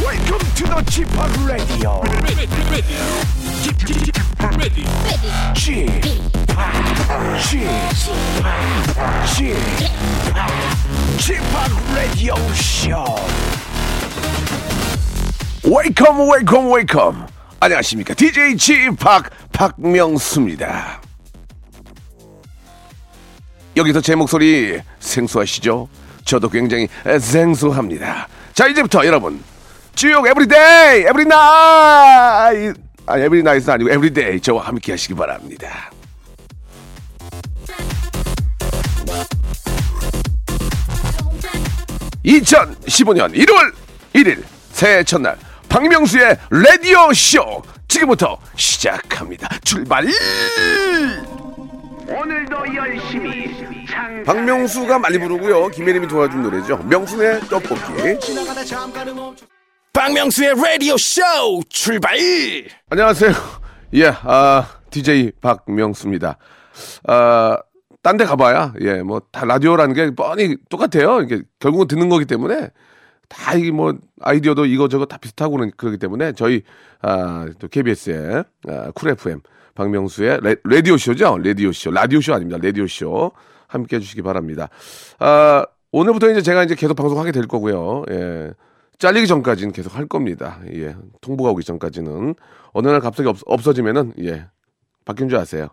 Welcome to the g p o p Radio. ready, ready, ready, g p o p G p o p Radio Show. Welcome, welcome, welcome. 안녕하십니까? DJ g p o p 박명수입니다. 여기서 제 목소리 생소하시죠? 저도 굉장히 생소합니다. 자, 이제부터 여러분. 쭉 에브리데이, 에브리나잇. 아, 에브리나잇은 아니고 에브리데이 저와 함께 하시기 바랍니다. (2015년 1월 1일) 새해 첫날 박명수의 라디오 쇼 지금부터 시작합니다 출발 오늘도 열심히 창 박명수가 많이 부르고요. 김혜림이 도와준 노래죠. 명수의 떡볶이. 박명수의 라디오 쇼 출발. 안녕하세요. 예, 아, DJ 박명수입니다. 아, 딴 데 가봐야, 예, 뭐, 다 라디오라는 게 뻔히 똑같아요. 이게 결국은 듣는 거기 때문에 다 이게 뭐, 아이디어도 이거저거 다 비슷하고 그런- 그러기 때문에 저희, 아, 또 KBS의 아, 쿨 FM 박명수의 레, 라디오쇼죠? 라디오쇼. 라디오쇼 아닙니다. 라디오쇼. 함께 해주시기 바랍니다. 아, 오늘부터 이제 제가 이제 계속 방송하게 될 거고요. 예. 잘리기 전까지는 계속 할 겁니다. 예. 통보가 오기 전까지는. 어느 날 갑자기 없, 없어지면은, 예. 바뀐 줄 아세요.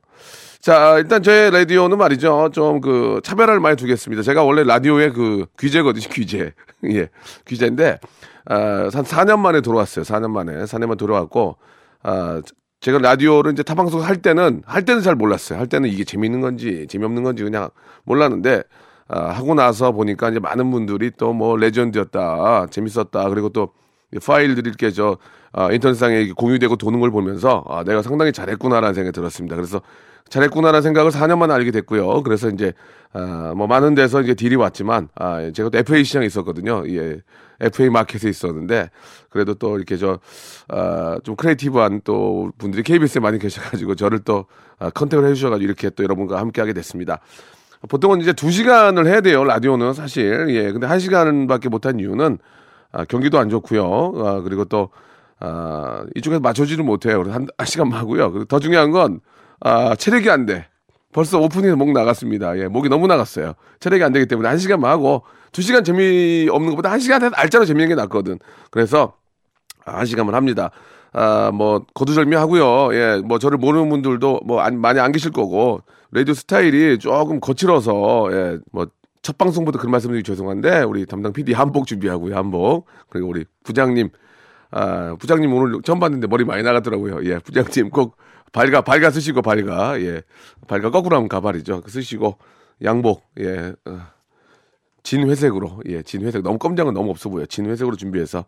자, 일단 저의 라디오는 말이죠. 좀 그 차별화를 많이 두겠습니다. 제가 원래 라디오의 그 귀재거든요. 귀재. 예. 귀재인데, 아, 한 4년 만에 돌아왔어요. 4년 만에. 4년 만에 돌아왔고, 아, 제가 라디오를 이제 타방송 할 때는, 할 때는 잘 몰랐어요. 할 때는 이게 재미있는 건지, 재미없는 건지 그냥 몰랐는데, 아, 하고 나서 보니까 이제 많은 분들이 또 뭐 레전드였다, 재밌었다, 그리고 또이 파일들이 이렇게 저 아, 인터넷상에 이렇게 공유되고 도는 걸 보면서 아, 내가 상당히 잘했구나라는 생각이 들었습니다. 그래서 잘했구나라는 생각을 4년 만에 알게 됐고요. 그래서 이제 아, 뭐 많은 데서 이제 딜이 왔지만 아, 제가 또 FA 시장에 있었거든요. 예. FA 마켓에 있었는데 그래도 또 이렇게 저 좀 크리에이티브한 또 분들이 KBS에 많이 계셔가지고 저를 또 아, 컨택을 해주셔가지고 이렇게 또 여러분과 함께하게 됐습니다. 보통은 이제 두시간을 해야 돼요, 라디오는 사실. 예, 근데 한시간밖에 못한 이유는, 아, 경기도 안 좋고요. 아, 그리고 또, 아, 이쪽에서 맞춰지는 못해요. 그래서 한, 한시간만 하고요. 그리고 더 중요한 건, 아, 체력이 안 돼. 벌써 오프닝에서 목 나갔습니다. 예, 목이 너무 나갔어요. 체력이 안 되기 때문에 한시간만 하고, 두시간 재미없는 것보다 한시간 알짜로 재미있는 게 낫거든. 그래서, 아, 한 시간만 합니다. 아, 뭐, 거두절미하고요. 예, 뭐, 저를 모르는 분들도 뭐, 안- 많이 안 계실 거고, 라디오 스타일이 조금 거칠어서, 예, 뭐, 첫 방송부터 그런 말씀드리기 죄송한데, 우리 담당 PD 한복 준비하고요, 한복. 그리고 우리 부장님, 아, 부장님 오늘 처음 봤는데 머리 많이 나갔더라고요. 예, 부장님 꼭 발가, 발가 쓰시고, 발가. 예, 발가 거꾸로 하면 가발이죠. 그 쓰시고, 양복, 예, 어, 진회색으로, 예, 진회색. 너무 검정은 너무 없어 보여요. 진회색으로 준비해서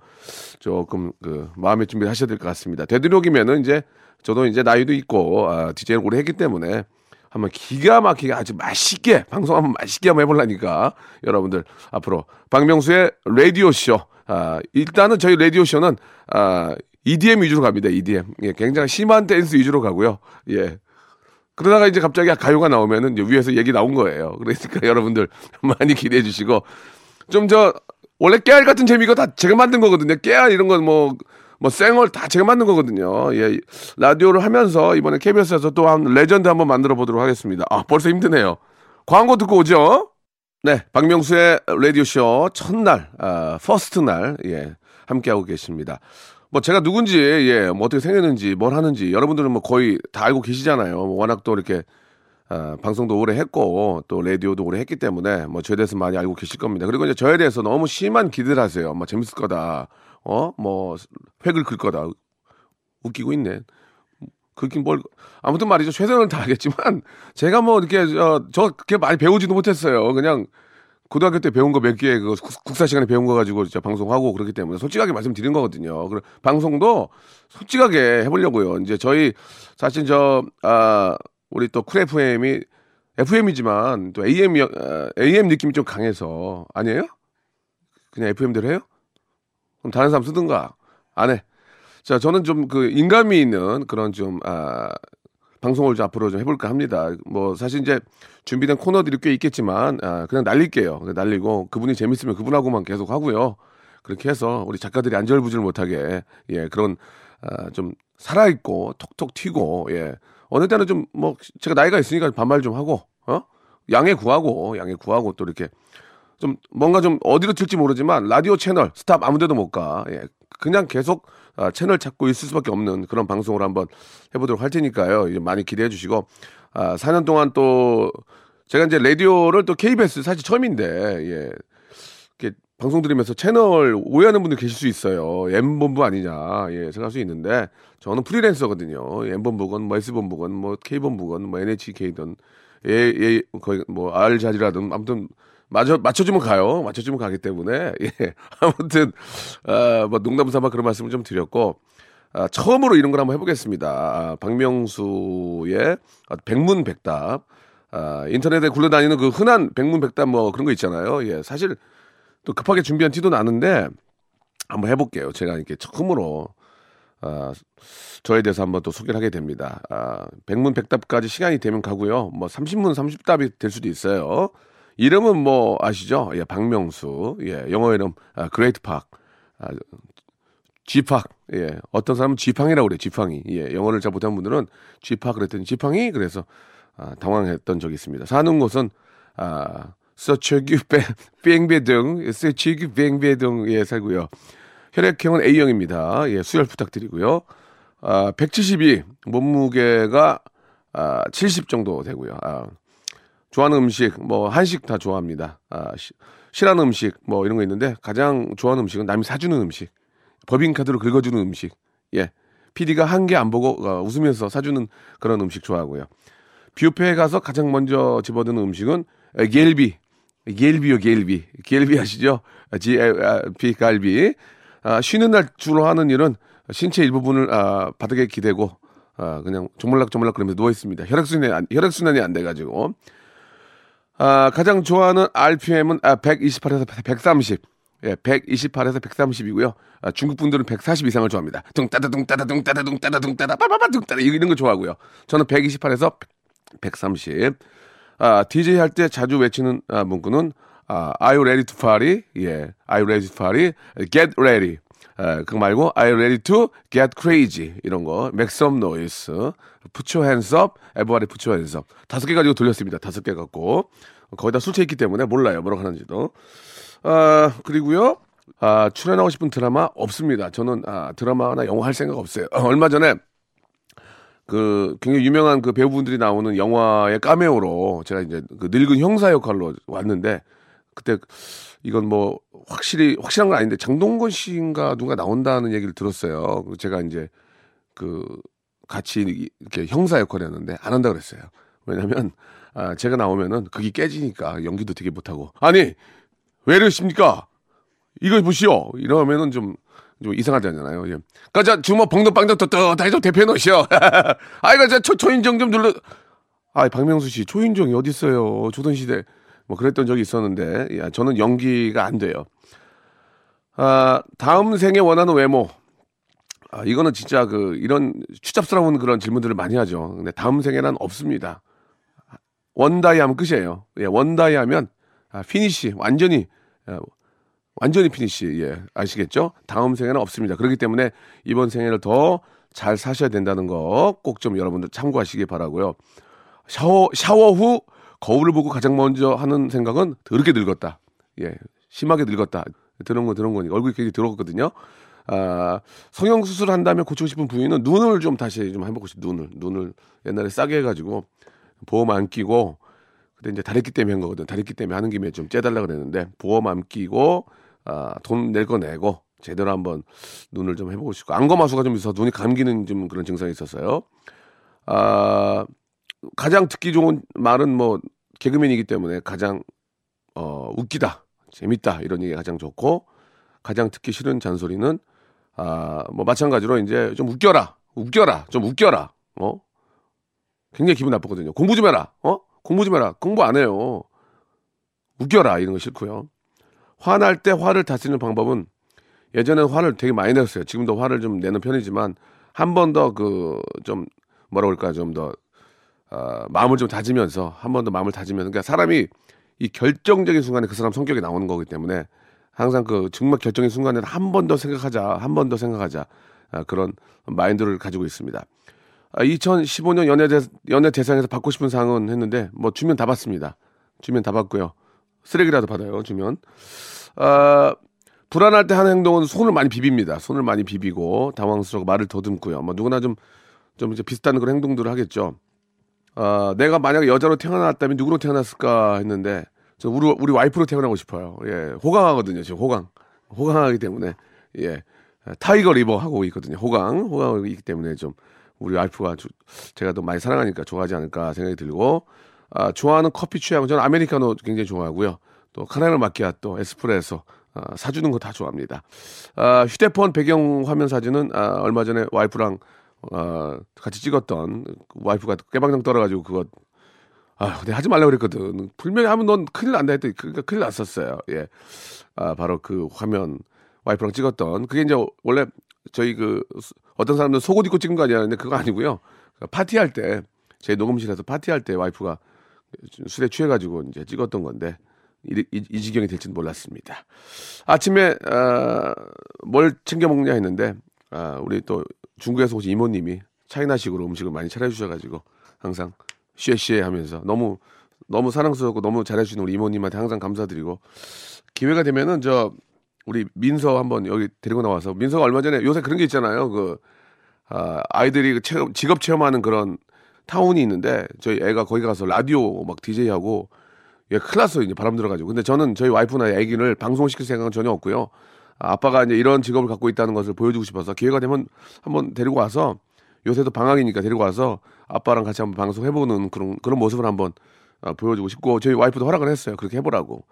조금 그 마음의 준비를 하셔야 될 것 같습니다. 되도록이면은 이제 저도 이제 나이도 있고 아, DJ를 오래 했기 때문에 한번 기가 막히게 아주 맛있게 방송 한번 맛있게 한번 해보려니까 여러분들 앞으로 박명수의 라디오 쇼 아, 일단은 저희 라디오 쇼는 아, EDM 위주로 갑니다. EDM 예, 굉장히 심한 댄스 위주로 가고요. 예, 그러다가 이제 갑자기 아, 가요가 나오면은 이제 위에서 얘기 나온 거예요. 그러니까 여러분들 많이 기대해 주시고 좀 저 원래 깨알 같은 재미가 다 제가 만든 거거든요. 깨알 이런 건 뭐 뭐 쌩얼 다 제가 만든 거거든요. 예. 라디오를 하면서 이번에 KBS에서 또 한 레전드 한번 만들어 보도록 하겠습니다. 아, 벌써 힘드네요. 광고 듣고 오죠. 네, 박명수의 라디오쇼 첫날, 아, 퍼스트 날, 예, 함께하고 계십니다. 뭐 제가 누군지, 예, 뭐 어떻게 생겼는지, 뭘 하는지, 여러분들은 뭐 거의 다 알고 계시잖아요. 뭐 워낙 또 이렇게, 아, 방송도 오래 했고, 또 라디오도 오래 했기 때문에, 뭐 저에 대해서 많이 알고 계실 겁니다. 그리고 이제 저에 대해서 너무 심한 기대를 하세요. 뭐 재밌을 거다. 어? 뭐, 획을 긁 거다. 웃기고 있네. 그긴 뭘 아무튼 말이죠 최선을 다하겠지만 제가 뭐 이렇게 저, 저 그렇게 많이 배우지도 못했어요 그냥 고등학교 때 배운 거 몇 개, 그 국- 국사 시간에 배운 거 가지고 진짜 방송하고 그렇기 때문에 솔직하게 말씀드린 거거든요. 그리고 방송도 솔직하게 해보려고요. 이제 저희 사실 저, 아, 우리 또 쿨 FM이 FM이지만 또 AM, 이, 아, AM 느낌이 좀 강해서 아니에요? 그냥 FM대로 해요? 그럼 다른 사람 쓰든가. 안 해. 자, 저는 좀 그 인간미 있는 그런 좀, 아, 방송을 좀 앞으로 좀 해볼까 합니다. 뭐 사실 이제 준비된 코너들이 꽤 있겠지만 아, 그냥 날릴게요. 그냥 날리고 그분이 재밌으면 그분하고만 계속 하고요. 그렇게 해서 우리 작가들이 안절부절 못하게 예 그런 아, 좀 살아있고 톡톡 튀고 예 어느 때는 좀 뭐 제가 나이가 있으니까 반말 좀 하고 어 양해 구하고 양해 구하고 또 이렇게 좀 뭔가 좀 어디로 튈지 모르지만 라디오 채널 스탑 아무데도 못 가. 예. 그냥 계속 아, 채널 찾고 있을 수밖에 없는 그런 방송을 한번 해보도록 할 테니까요. 이제 많이 기대해 주시고 아, 4년 동안 또 제가 이제 라디오를 또 KBS 사실 처음인데 예. 이렇게 방송 들으면서 채널 오해하는 분들 계실 수 있어요. M본부 아니냐, 예, 생각할 수 있는데, 저는 프리랜서거든요. M본부건, 뭐 S본부건, 뭐 K본부건, 뭐 NHK든, 예, 예, 거의 뭐 R자리라든, 아무튼, 맞춰, 맞춰주면 가요. 맞춰주면 가기 때문에, 예. 아무튼, 아, 뭐 농담 삼아 그런 말씀을 좀 드렸고, 아, 처음으로 이런 걸 한번 해보겠습니다. 아, 박명수의 아, 백문백답. 아, 인터넷에 굴러다니는 그 흔한 백문백답 뭐 그런 거 있잖아요. 예, 사실 또 급하게 준비한 티도 나는데 한번 해볼게요. 제가 이렇게 처음으로 아, 저에 대해서 한번 또 소개를 하게 됩니다. 아, 백문백답까지 시간이 되면 가고요. 뭐 30문 30답이 될 수도 있어요. 이름은 뭐 아시죠? 예, 박명수. 예, 영어 이름 아, 그레이트 팍. 아, 지팍. 예, 어떤 사람은 지팡이라고 그래. 지팡이. 예, 영어를 잘 못하는 분들은 지팍 그랬더니 지팡이 그래서 아, 당황했던 적이 있습니다. 사는 곳은 아, 서초구 뱅배동, 서초구 뱅배동에 살고요. 혈액형은 A형입니다. 예, 수혈 부탁드리고요. 아, 172 몸무게가 아, 70 정도 되고요. 아, 좋아하는 음식 뭐 한식 다 좋아합니다. 아, 시- 싫어하는 음식 뭐 이런 거 있는데 가장 좋아하는 음식은 남이 사주는 음식, 법인카드로 긁어주는 음식. 예, PD가 한 개 안 보고 어, 웃으면서 사주는 그런 음식 좋아하고요. 뷔페에 가서 가장 먼저 집어드는 음식은 에, 겔비. 겔비요, 겔비. 겔비 아시죠? g l b 갈비. 아, 쉬는 날 주로 하는 일은 신체 일부분을 아, 바닥에 기대고 아, 그냥 조물락조물락 그러면서 누워 있습니다. 혈액순환이 안, 혈액순환이 안 돼가지고. 아, 가장 좋아하는 RPM은 아, 128에서 130. 예, 128에서 130이고요. 아, 중국 분들은 140 이상을 좋아합니다. 둥따다 둥따다 둥따다 둥따다 둥따다 빠바바 둥따다 이런 거 좋아하고요. 저는 128에서 130. 아, DJ 할 때 자주 외치는 아, 문구는 아, Are you ready to party? 예, Are you ready to party? Get ready. 아, 그거 말고 Are you ready to get crazy? 이런 거. Make some noise. Put your hands up. Everybody put your hands up. 다섯 개 가지고 돌렸습니다. 다섯 개 갖고 거의 다 술 취했기 때문에 몰라요. 뭐라고 하는지도. 아, 그리고요. 아, 출연하고 싶은 드라마 없습니다. 저는 아, 드라마나 영화 할 생각 없어요. 얼마 전에 그 굉장히 유명한 그 배우분들이 나오는 영화의 카메오로 제가 이제 그 늙은 형사 역할로 왔는데 그때 이건 뭐 확실히 확실한 건 아닌데 장동건 씨인가 누가 나온다는 얘기를 들었어요. 제가 이제 그 같이 이렇게 형사 역할을 했는데 안 한다 그랬어요. 왜냐면 아 제가 나오면은 그게 깨지니까 연기도 되게 못하고 아니 왜 이러십니까? 이걸 보시오. 이러면은 좀, 좀 이상하잖아요. 예. 가자, 주먹 벙덩 빵덩 떴다. 다이소 대표 놓으시오. 아이고, 저 초, 초인종 좀 눌러. 아, 박명수 씨, 초인종이 어딨어요. 조선시대. 뭐 그랬던 적이 있었는데, 예, 저는 연기가 안 돼요. 아, 다음 생에 원하는 외모. 아, 이거는 진짜 그, 이런 추잡스러운 그런 질문들을 많이 하죠. 근데 다음 생에는 없습니다. 원다이 하면 끝이에요. 예, 원다이 하면 아, 피니시 완전히 예, 완전히 피니시 예, 아시겠죠? 다음 생에는 없습니다. 그렇기 때문에 이번 생에를 더 잘 사셔야 된다는 거 꼭 좀 여러분들 참고하시기 바라고요. 샤워 샤워 후 거울을 보고 가장 먼저 하는 생각은 더럽게 늙었다. 예, 심하게 늙었다. 들은 거 들은 거니까 얼굴이 굉장히 더럽거든요. 아, 성형 수술 한 다음에 고치고 싶은 부위는 눈을 좀 다시 좀 해보고 싶어 눈을 눈을 옛날에 싸게 해가지고 보험 안 끼고 근데 이제 다랬기 때문에 한 거거든. 다랬기 때문에 하는 김에 좀 째달라 그랬는데 보험 안 끼고 아, 돈 낼 거 내고 제대로 한번 눈을 좀 해보고 싶고 안검하수가 좀 있어서 눈이 감기는 좀 그런 증상이 있었어요. 아, 가장 듣기 좋은 말은 뭐 개그맨이기 때문에 가장 어, 웃기다, 재밌다 이런 얘기가 가장 좋고 가장 듣기 싫은 잔소리는 아, 뭐 마찬가지로 이제 좀 웃겨라, 웃겨라, 좀 웃겨라, 어, 굉장히 기분 나쁘거든요. 공부 좀 해라. 어? 공부 좀 해라. 공부 안 해요. 웃겨라. 이런 거 싫고요. 화날 때 화를 다스리는 방법은 예전엔 화를 되게 많이 냈어요. 지금도 화를 좀 내는 편이지만 한 번 더 그 좀 뭐라 그럴까 좀 더 어, 마음을 좀 다지면서 한 번 더 마음을 다지면서 그러니까 사람이 이 결정적인 순간에 그 사람 성격이 나오는 거기 때문에 항상 그 정말 결정의 순간에 한 번 더 생각하자, 한 번 더 생각하자 아, 그런 마인드를 가지고 있습니다. 2015년 연예, 대, 연예 대상에서 받고 싶은 상은 했는데 뭐 주면 다 받습니다. 주면 다 받고요. 쓰레기라도 받아요. 주면. 아, 불안할 때 하는 행동은 손을 많이 비빕니다. 손을 많이 비비고 당황스러워 말을 더듬고요. 뭐 누구나 좀 좀 이제 비슷한 그런 행동들을 하겠죠. 아, 내가 만약에 여자로 태어났다면 누구로 태어났을까 했는데 저 우리 우리 와이프로 태어나고 싶어요. 예, 호강하거든요. 지금 호강, 호강하기 때문에 예, 타이거 리버 하고 있거든요. 호강, 호강하기 있기 때문에 좀 우리 와이프가 주- 제가 더 많이 사랑하니까 좋아하지 않을까 생각이 들고 아, 좋아하는 커피 취향은 저는 아메리카노 굉장히 좋아하고요. 또 카라멜 마키아또, 에스프레소 아, 사주는 거 다 좋아합니다. 아, 휴대폰 배경 화면 사진은 아, 얼마 전에 와이프랑 어, 같이 찍었던 와이프가 깨방정 떨어가지고 그거 아, 근데 하지 말라 고 그랬거든. 불명예 하면 넌 큰일 난다 했더니 그러니까 큰일 났었어요. 예, 아 바로 그 화면 와이프랑 찍었던 그게 이제 원래 저희 그 수- 어떤 사람들 속옷 입고 찍은 거 아니었는데 그거 아니고요. 파티할 때 제 녹음실에서 파티할 때 와이프가 술에 취해가지고 이제 찍었던 건데 이, 이- 이 지경이 될지는 몰랐습니다. 아침에 아, 뭘 챙겨 먹냐 했는데 아, 우리 또 중국에서 오신 이모님이 차이나식으로 음식을 많이 차려주셔가지고 항상 쉐쉐 하면서 너무 너무 사랑스럽고 너무 잘해주는 우리 이모님한테 항상 감사드리고 기회가 되면은 저 우리 민서 한번 여기 데리고 나와서 민서가 얼마 전에 요새 그런 게 있잖아요 그 아, 아이들이 그 체험, 직업 체험하는 그런 타운이 있는데 저희 애가 거기 가서 라디오 막 DJ 하고 예, 큰일 났어요. 이제 바람 들어가지고. 근데 저는 저희 와이프나 애기를 방송시킬 생각은 전혀 없고요. 아, 아빠가 이제 이런 직업을 갖고 있다는 것을 보여주고 싶어서 기회가 되면 한번 데리고 와서 요새도 방학이니까 데리고 와서 아빠랑 같이 한번 방송해보는 그런, 그런 모습을 한번 아, 보여주고 싶고 저희 와이프도 허락을 했어요. 그렇게 해보라고.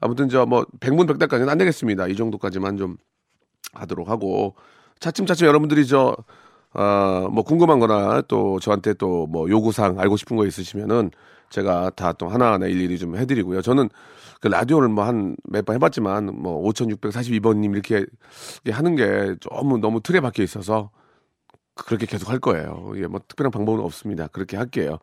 아무튼 저 뭐 백문백답까지는 안 되겠습니다. 이 정도까지만 좀 하도록 하고 차츰차츰 여러분들이 저 어, 뭐 궁금한 거나 또 저한테 또 뭐 요구사항 알고 싶은 거 있으시면은 제가 다 또 하나하나 일일이 좀 해드리고요. 저는 그 라디오를 뭐 한 몇 번 해봤지만 뭐 5642번님 이렇게 하는 게 너무 너무 틀에 박혀 있어서 그렇게 계속 할 거예요. 예, 뭐 특별한 방법은 없습니다. 그렇게 할게요.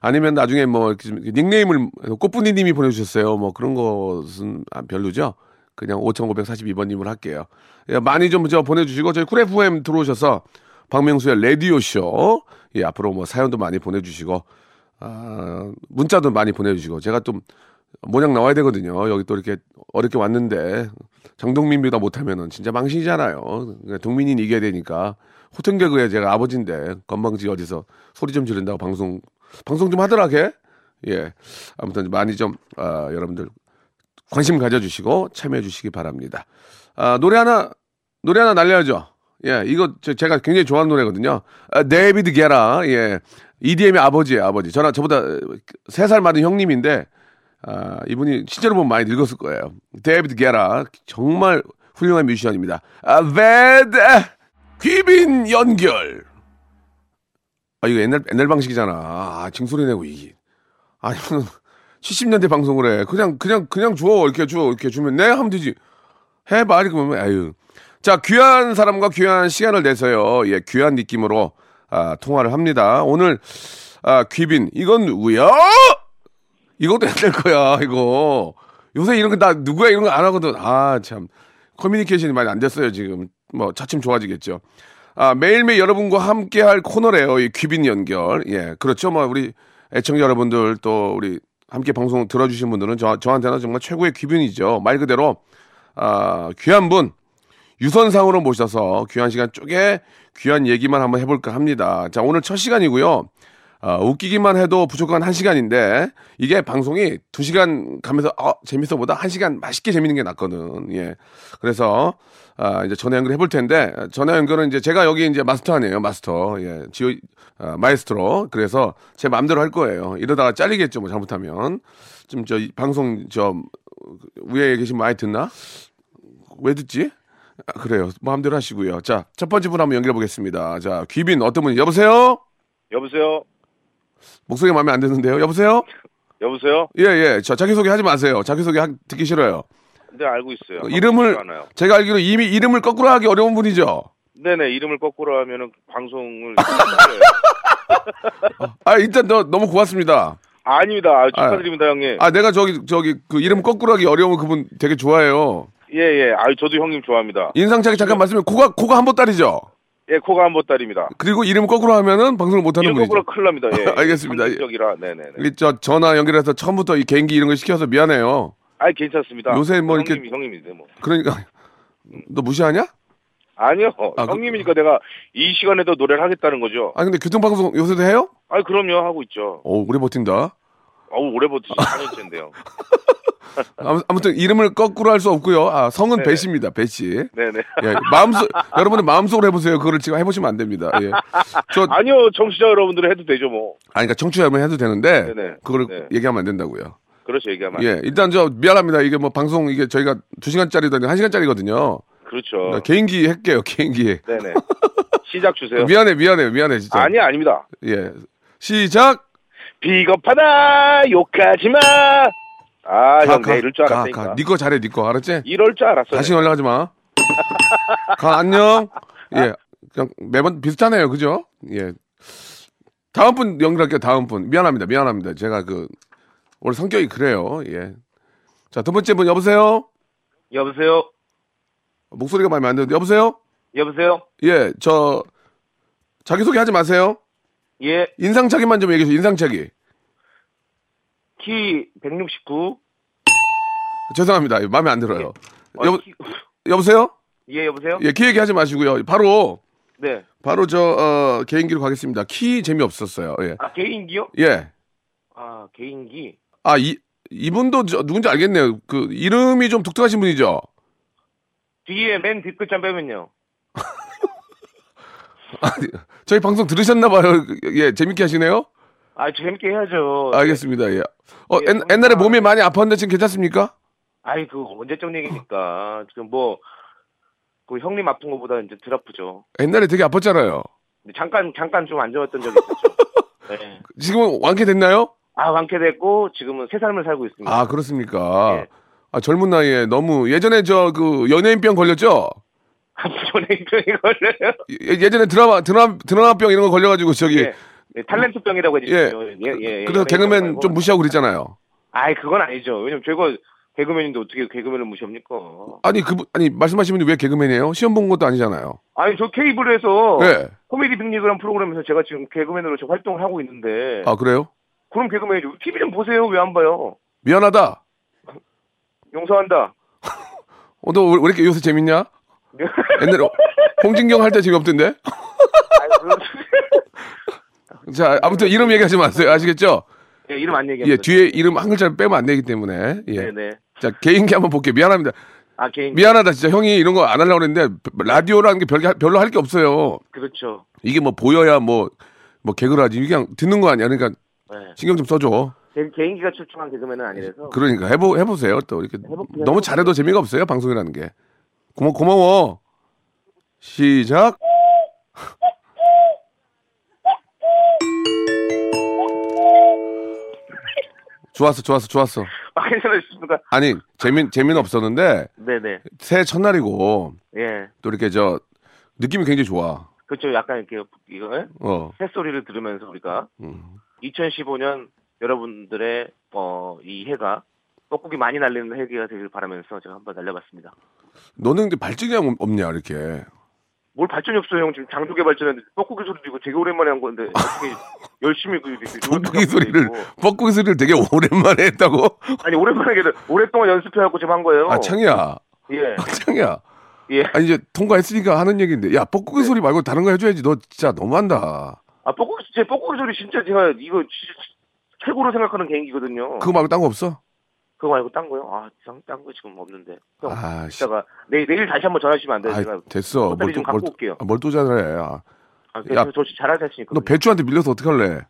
아니면 나중에 뭐 이렇게 좀 닉네임을 꽃분이님이 보내주셨어요. 뭐 그런 것은 아, 별로죠. 그냥 5,542번님을 할게요. 예, 많이 좀 저 보내주시고 저희 쿨 FM 들어오셔서 박명수의 라디오 쇼 예, 앞으로 뭐 사연도 많이 보내주시고 아, 문자도 많이 보내주시고 제가 좀 모양 나와야 되거든요. 여기 또 이렇게 어렵게 왔는데 장동민보다 못하면은 진짜 망신이잖아요. 그러니까 동민이 이겨야 되니까 호텔 개그에 제가 아버지인데 건방지 어디서 소리 좀 지른다고 방송 방송 좀 하더라 걔. 예, 아무튼 많이 좀 아, 여러분들 관심 가져주시고 참여해 주시기 바랍니다. 아, 노래 하나 노래 하나 날려야죠. 예, 이거 저- 제가 굉장히 좋아하는 노래거든요. 아, 데이비드 게라, 예, EDM의 아버지예요, 아버지. 저나 저보다 어, 세 살 많은 형님인데 아, 이분이 실제로 보면 많이 늙었을 거예요. 데이비드 게라, 정말 훌륭한 뮤지션입니다. 아, 베드 귀빈 연결. 아, 이거 옛날 옛날 방식이잖아. 아, 징소리 내고 이게. 아니, 70년대 방송을 해. 그냥 그냥 그냥 줘 이렇게 줘 이렇게 주면 네 하면 되지. 해봐 이렇게 보면 아유 자 귀한 사람과 귀한 시간을 내서요 예 귀한 느낌으로 아, 통화를 합니다 오늘 아, 귀빈 이건 누구야 이것도 안될 거야 이거 요새 이런 거 나 누구야 이런 거 안 하거든 아 참 커뮤니케이션이 많이 안 됐어요 지금 뭐 차츰 좋아지겠죠 아 매일매일 여러분과 함께할 코너래요 이 귀빈 연결 예 그렇죠 뭐 우리 애청자 여러분들 또 우리 함께 방송 들어주신 분들은 저, 저한테는 정말 최고의 귀빈이죠 말 그대로 아, 귀한 분 유선상으로 모셔서 귀한 시간 쪼개 귀한 얘기만 한번 해볼까 합니다. 자 오늘 첫 시간이고요. 아, 웃기기만 해도 부족한 한 시간인데 이게 방송이 두 시간 가면서 어, 재밌어보다 한 시간 맛있게 재밌는 게 낫거든. 예. 그래서 아, 이제 전화 연결 해볼 텐데 아, 전화 연결은 이제 제가 여기 이제 마스터 아니에요, 마스터. 예, 지오 아, 마이스트로. 그래서 제 마음대로 할 거예요. 이러다가 잘리겠죠, 뭐 잘못하면. 좀 저 방송 저 위에 계신 분 많이 듣나? 왜 듣지? 아, 그래요. 마음대로 하시고요. 자, 첫 번째 분 한번 연결해 보겠습니다. 자, 귀빈 어떤 분이 여보세요? 여보세요? 목소리 마음에 안 드는데요. 여보세요? 여보세요? 예, 예. 자, 자기소개 하지 마세요. 자기소개 하- 듣기 싫어요. 네, 알고 있어요. 어, 이름을 하고 싶지 않아요. 제가 알기로 이미 이름을 거꾸로 하기 어려운 분이죠. 네네, 이름을 거꾸로 하면은 방송을. 네. 아, 일단 너, 너무 고맙습니다. 아닙니다. 아, 축하드립니다, 형님. 아, 내가 저기 저기 그 이름 거꾸로 하기 어려운 그분 되게 좋아해요. 예, 예. 아유, 저도 형님 좋아합니다. 인상착의 잠깐 말씀해. 코가 코가 한 보따리죠. 예, 코가 한보따리입니다. 그리고 이름 거꾸로 하면은 방송을 못 하는 이런 분이죠. 거보다 큰일 납니다. 예. 알겠습니다. 예. 적이라 네네네. 이게 저 전화 연결해서 처음부터 이 개인기 이런 걸 시켜서 미안해요. 아이, 괜찮습니다. 요새 뭐 이렇게- 형님이, 형님인데 뭐. 그러니까 음. 너 무시하냐? 아니요. 아, 그- 형님이니까 내가 이 시간에도 노래를 하겠다는 거죠. 아 근데 교통방송 요새도 해요? 아, 그럼요. 하고 있죠. 오 오래 버틴다. 어우, 오래 버티시 아. 4년째인데요. 아무- 아무튼 이름을 거꾸로 할 수 없고요. 아 성은 네. 배씨입니다. 배씨. 네네. 예, 마음속 여러분의 마음속으로 해보세요. 그거를 지금 해보시면 안 됩니다. 예. 저 아니 아니요. 정치자 여러분들은 해도 되죠, 뭐. 그러니까 청취자 여러분 해도 되는데 네네. 그거를 네. 얘기하면 안 된다고요. 그렇죠, 얘기하면. 예, 일단 저 미안합니다. 이게 뭐 방송 이게 저희가 두 시간짜리도 아니고 한 시간짜리거든요. 그렇죠. 개인기 할게요. 개인기. 네네. 시작 주세요. 미안해, 미안해, 미안해 진짜. 아니, 아닙니다. 예. 시작. 비겁하다 욕하지 마. 아, 형 내일 이럴 줄 알았으니까. 네 니거 잘해, 니거 알았지? 이럴 줄 알았어. 다시 내가. 연락하지 마. 가 안녕. 예, 그냥 매번 비슷하네요, 그죠? 예. 다음 분 연결할게요. 다음 분. 미안합니다, 미안합니다. 제가 그 원래 성격이 그래요. 예. 자, 두 번째 분 여보세요. 여보세요. 목소리가 마음에 안 드는데 여보세요. 여보세요. 예, 저 자기소개 하지 마세요. 예. 인상착의만 좀 얘기해 주세요. 인상착의. 키 169. 죄송합니다. 마음에 안 들어요. 어, 여보, 키- 여보세요? 예, 여보세요. 예, 키 얘기하지 마시고요. 바로 네. 바로 저 어, 개인기로 가겠습니다. 키 재미없었어요. 예. 아, 개인기요? 예. 아, 개인기. 아, 이 이분도 저, 누군지 알겠네요. 그 이름이 좀 독특하신 분이죠. 뒤에 맨 뒷글자 빼면요. 저희 방송 들으셨나 봐요. 예, 재밌게 하시네요. 아, 재밌게 해야죠. 알겠습니다. 예. 어, 예, 옛, 옛날에 몸이 많이 아팠는데 지금 괜찮습니까? 아이, 그 언제적 얘기니까. 지금 뭐, 그 형님 아픈 거보다 이제 덜 아프죠. 옛날에 되게 아팠잖아요. 근데 잠깐, 잠깐 좀 안 좋았던 적이 있었죠. 네. 지금은 완쾌됐나요? 아, 완쾌됐고, 지금은 새 삶을 살고 있습니다. 아, 그렇습니까? 예. 아, 젊은 나이에 너무 예전에 저 그 연예인병 걸렸죠? 전해병이 걸려요. 예, 예전에 드라마 드라마 드라마병 이런 거 걸려 가지고 저기 예. 예, 탤런트병이라고 예. 해주시죠. 예, 예, 예. 그래서 개그맨 좀 무시하고 그랬잖아요. 아이, 그건 아니죠. 왜냐면 제가 개그맨인데 어떻게 개그맨을 무시합니까? 아니 그 아니 말씀하신 분이 왜 개그맨이에요? 시험 본 것도 아니잖아요. 아니, 저 케이블에서 예. 코미디 빅리그라는 프로그램에서 제가 지금 개그맨으로 지금 활동을 하고 있는데 아 그래요? 그럼 개그맨이죠. TV 좀 보세요. 왜 안 봐요? 미안하다. 용서한다. 어, 너 왜 이렇게 요새 재밌냐? 네. 옛날에 홍진경 할 때 재미없던데? 아이, 그럼- 자 아무튼 이름 얘기하지 마세요. 아시겠죠? 예, 이름 안 얘기합니다. 예 뒤에 이름 한 글자를 빼면 안 되기 때문에 예. 네네. 자 개인기 한번 볼게요. 미안합니다. 아, 개인. 미안하다 진짜 형이 이런 거 안 하려고 그랬는데 라디오라는 게 별게 별로 할 게 없어요. 그렇죠. 이게 뭐 보여야 뭐, 뭐 개그를 하지. 이게 그냥 듣는 거 아니야. 그러니까 네. 신경 좀 써줘. 개- 개인기가 출중한 개그맨은 아니라서. 그러니까 해보, 해보세요. 또 이렇게. 해볼게요. 너무 잘해도 재미가 없어요. 방송이라는 게. 고마, 고마워. 시작. 좋았어, 좋았어, 좋았어. 아, 괜찮으십니까? 아니, 재미, 재미는 없었는데, 네네. 새해 첫날이고, 예. 또 이렇게 저, 느낌이 굉장히 좋아. 그렇죠. 약간 이렇게, 이거, 예? 어. 새소리를 들으면서 우리가 음. 2015년 여러분들의 어, 이 해가 떡국이 많이 날리는 해가 되길 바라면서 제가 한번 날려봤습니다. 너는 근데 발전이 없- 없냐, 이렇게. 뭘 발전이 없어요, 형. 지금 장조개 발전했는데 떡국이 소리 도이고 되게 오랜만에 한 건데 어떻게 열심히 그 이렇게 뻐꾸기 노력하고 소리를, 있고. 뻐꾸기 소리를 되게 오랜만에 했다고? 아니 오랜만에 그래도 오랫동안 연습해갖고 지금 한 거예요. 아 창이야, 예, 창이야. 예. 네. 아 이제 통과했으니까 하는 얘기인데, 야 뻐꾸기 소리 말고 다른 거 해줘야지. 너 진짜 너무한다. 아 떡국 제 떡국 소리 진짜 제가 이거 진짜 최고로 생각하는 개인기거든요. 그거 말고 딴 거 없어? 그거 말고 딴 거요? 아, 딴 거 지금 없는데. 형, 아, 씨. 이따가 내일 내일 다시 한번 전화하시면 안 돼요? 아 제가 됐어. 헛다리 좀 갖고 올게요. 뭘또 잘해? 아, 아, 야. 저, 저 잘할 자신있거든요 너 배추한테 밀려서 어떡할래?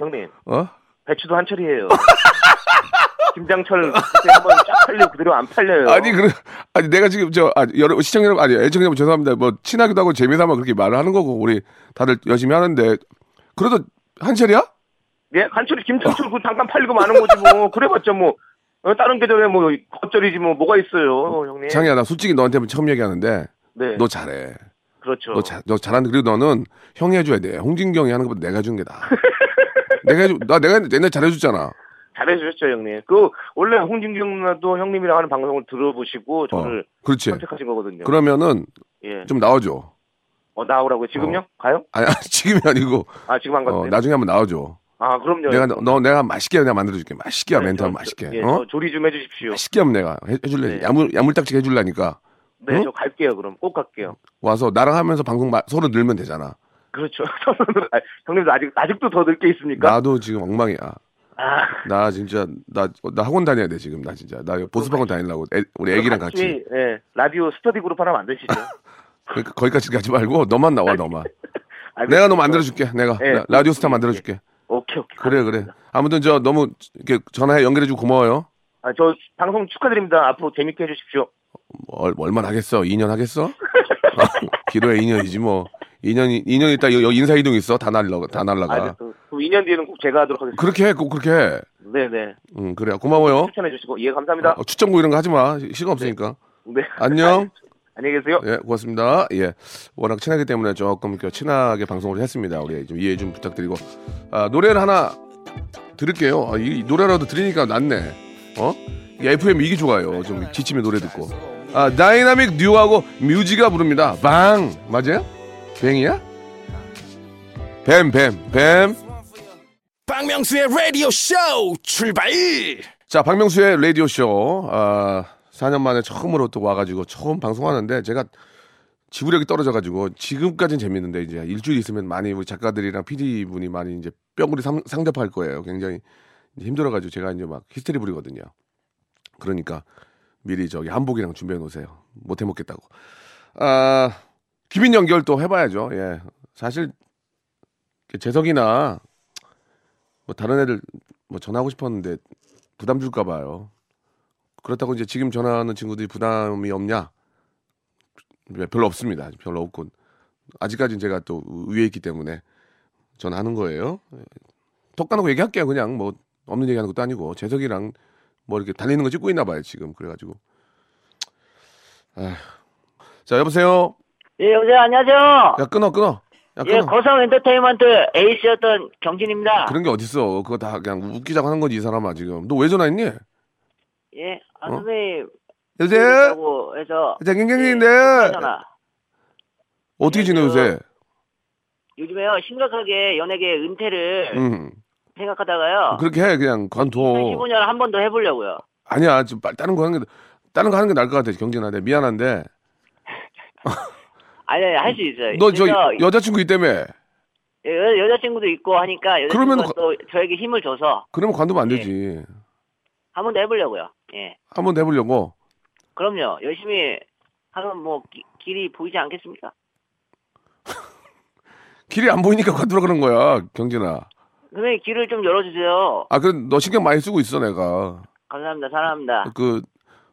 형님, 어? 배추도 한철이에요. 김장철 그때 한번 쫙 팔리고 그대로 안 팔려요. 아니 그래 아니 내가 지금 저 아, 여러 시청 여러분 아니 애청 여러분 죄송합니다. 뭐 친하기도 하고 재미삼아 그렇게 말을 하는 거고 우리 다들 열심히 하는데 그래도 한철이야? 예, 한철이 김장철 그 잠깐 팔리고 마는 거지 뭐. 그래봤자 뭐 어, 다른 계절에 뭐 겉절이지 뭐 뭐가 있어요, 형님. 창이야 나 솔직히 너한테 처음 얘기하는데 네, 너 잘해. 그렇죠. 너, 자, 너 잘한다. 그리고 너는 형이 해줘야 돼. 홍진경이 하는 것보다 내가 해주는 게 나아. 내가 해주, 나 내가 옛날 잘해줬잖아. 잘해주셨죠, 형님. 그, 원래 홍진경 누나도 형님이랑 하는 방송을 들어보시고 어, 저를 그렇지. 선택하신 거거든요. 그러면은 예. 좀 나와줘. 어, 나오라고요? 지금요? 가요? 아니, 아니, 지금이 아니고 아, 지금 안 어, 갔어요? 나중에 한번 나와줘. 아, 그럼요. 내가 너, 너 내가 맛있게 내가 만들어줄게. 맛있게 네, 멘트 저- 하면 맛있게. 예, 어? 저 조리 좀 해주십시오. 맛있게 하면 내가 해, 해줄래. 네. 야물 야물딱지 해줄라니까 네, 응? 저 갈게요, 그럼. 꼭 갈게요. 와서 나랑 하면서 방송 마, 서로 늘면 되잖아. 그렇죠. 아, 형님도 아직, 아직도 더 늙게 있습니까? 나도 지금 엉망이야. 아, 나 진짜 나, 어, 나 학원 다녀야 돼 지금 나 진짜 나 보습학원 다니려고 애- 우리 애기랑 같이 예, 라디오 스터디 그룹 하나 만드시죠. 그러니까 거기까지 가지 말고 너만 나와 너만 알겠습니다. 내가 너 만들어줄게 내가 예. 라- 라디오스타 만들어줄게 오케이, 오케이. 그래 그래 아무튼 저 너무 이렇게 전화해 연결해주고 고마워요 아, 저 방송 축하드립니다. 앞으로 재밌게 해주십시오. 얼, 얼마나 하겠어 2년 하겠어 아, 기도에 2년이지 뭐 2년 2년 있다 여- 여기 인사 이동 있어 다 날라 다 아, 날라가 네, 그, 그 2년 뒤에는 꼭 제가 하도록 하겠습니다. 그렇게 해꼭 그렇게 해 네네. 음, 그래 고마워요 추천해 주시고. 예, 감사합니다. 어, 추천고 이런 거 하지 마 시간 없으니까 네. 안녕 안녕히 계세요. 예, 고맙습니다. 예. 워낙 친하기 때문에 조금 그 친하게 방송을 했습니다. 우리 좀 이해 좀 부탁드리고. 아, 노래를 하나 들을게요. 아, 이 노래라도 들으니까 낫네. 어? 이 FM 이게 좋아요. 좀 기침의 노래 듣고. 아, 다이나믹 뉴하고 뮤지가 부릅니다. 방! 맞아요? 뱅이야? 뱀, 뱀, 뱀. 박명수의 라디오 쇼 출발! 자, 박명수의 라디오쇼. 아, 4년 만에 처음으로 또 와가지고 처음 방송하는데 제가 지구력이 떨어져가지고 지금까지는 재밌는데 이제 일주일 있으면 많이 우리 작가들이랑 PD 분이 많이 이제 뼈구리 상, 상접할 거예요. 굉장히 이제 힘들어가지고 제가 이제 막 히스테리 부리거든요. 그러니까 미리 저기 한복이랑 준비해 놓으세요. 못 해먹겠다고. 아, 기빈 연결 또 해봐야죠. 예. 사실 재석이나 뭐 다른 애들 뭐 전화하고 싶었는데 부담 줄까 봐요. 그렇다고 이제 지금 전화하는 친구들이 부담이 없냐? 네, 별로 없습니다. 별로 없고 아직까지는 제가 또 위에 있기 때문에 전화하는 거예요. 톡 까놓고 얘기할게요. 그냥 뭐 없는 얘기하는 것도 아니고 재석이랑 뭐 이렇게 달리는 거 찍고 있나 봐요 지금 그래가지고. 아휴. 자 여보세요. 예, 여보세요. 안녕하세요. 야 끊어 끊어. 야 끊어. 예, 거성 엔터테인먼트 에이스였던 경진입니다. 그런 게 어딨어. 그거 다 그냥 웃기자고 하는 거지 이 사람아 지금. 너 왜 전화했니? 예, 아, 어? 선생님. 여보세요. 라고 해서. 자 예, 경경인데 전화. 어떻게 지내 요새? 요즘에요, 심각하게 연예계 은퇴를 그 음. 아. 생각하다가요. 그렇게 해 그냥 관둬 2015년 한 번 더 해보려고요. 아니야 지금 빨리 다른 거 하는 게 다른 거 하는 게 나을 것 같아 경진한테 미안한데 아니, 아니, 할 수 네, 있어요. 음. 너 저 그래서 여자친구 있다며 예, 여, 여자친구도 있고 하니까. 그러면은 여자친구가 또 저에게 힘을 줘서 그러면 관두면 안 예. 되지 한 번 더 해보려고요. 예. 한번 해보려고 그럼요. 열심히 하면 뭐, 기- 길이 보이지 않겠습니까? 길이 안 보이니까 관두라 그런 거야 경진아 선생님, 길을 좀 열어주세요. 아 그래 너 신경 많이 쓰고 있어 내가 감사합니다. 사랑합니다. 아. 그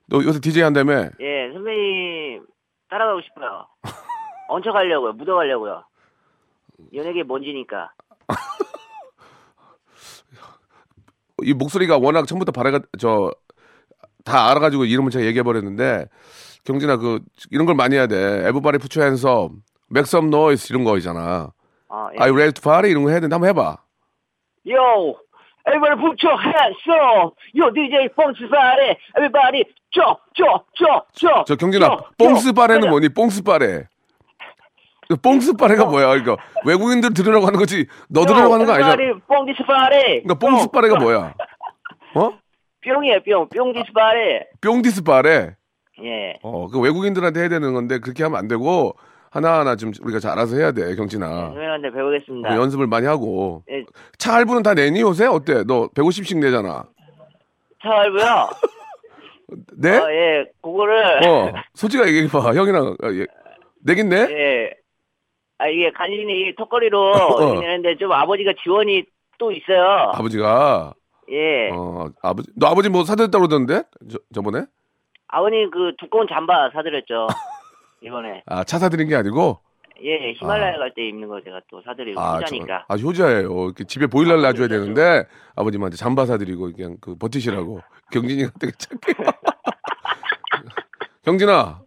너 요새 DJ 한다며 예, 선배님 따라가고 싶어요. 얹혀 가려고요. 묻어 가려고요. 음. 연예계 먼지니까. 이 목소리가 워낙 처음부터 바래가 저 다 알아가지고 이름을 제가 얘기해 버렸는데 경진아 그 이런 걸 많이 해야 돼 에브바리 푸처 핸섬 맥섬 노이스 이런 거 있잖아 아, 예. 아이 레드 파리 이런 거 해야 되는데 한번 해봐 Yo, everybody put your hands up. Yo, DJ 뽕스 바레. Everybody, 쪼, 쪼, 쪼, 쪼. 저 경진아 뽕스 빠레는 뭐니 뽕스 빠레 그 뽕스 빠레가 뭐야 이거 외국인들 들으라고 하는 거지 너 들으라고 하는 거 아니잖아 Everybody, 뽕디스 바레. 그러니까 뽕스 빠레가 뭐야 어 뿅이에요, 뿅. 아. 뿅디스 바레. 뿅디스 빠레 예. 어그 외국인들한테 해야 되는 건데 그렇게 하면 안 되고 하나하나 좀 우리가 잘 알아서 해야 돼 경진아 선배님한테 배우겠습니다. 우리 뭐 연습을 많이 하고 예, 차 할부는 다 내니 요새 어때 너 150씩 내잖아 차 알고요. 네? 어, 예, 그거를. 어 솔직하게 얘기해봐 형이랑 어, 예. 내긴 내? 예. 아, 이게 간신히 턱걸이로 어. 지내는데 좀 아버지가 지원이 또 있어요. 아버지가 예. 어 아버지 너 아버지 뭐 사드렸다고 그러던데 저, 저번에 아버님 그 두꺼운 잠바 사드렸죠. 이번에. 아, 차 사드린 게 아니고? 예, 히말라야 갈 때 입는 거 제가 또 사드리고 아, 후자니까. 아, 저, 아, 효자예요. 이렇게 집에 보일러를 놔줘야 효자죠. 되는데, 아버님한테 잠바 사드리고, 그냥 그 버티시라고. 경진이가 되게 착해. 경진아,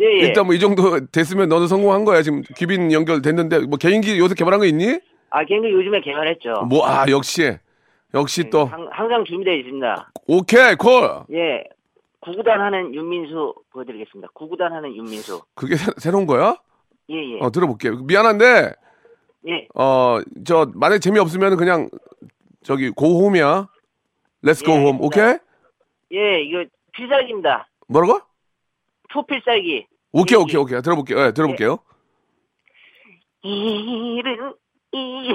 예, 예. 일단 뭐 이 정도 됐으면 너는 성공한 거야. 지금 귀빈 연결됐는데, 뭐 개인기 요새 개발한 거 있니? 아, 굉장히 요즘에 개발했죠. 예, 뭐, 아, 역시. 네, 역시 또 항- 항상 준비되어 있습니다. 오케이 콜. 예. 구구단 하는 윤민수 보여드리겠습니다. 구구단 하는 윤민수. 그게 새- 새로운 거야? 예, 예. 어 들어볼게요. 미안한데 예. 어 저 만약 재미 없으면 그냥 저기 고홈이야. 렛츠 예, 고홈. 알겠습니다. 오케이? 예, 이거 필살기입니다. 뭐라고? 초필살기. 오케이 예, 오케이 예. 오케이. 들어볼게요. 예, 들어볼게요. 이는 이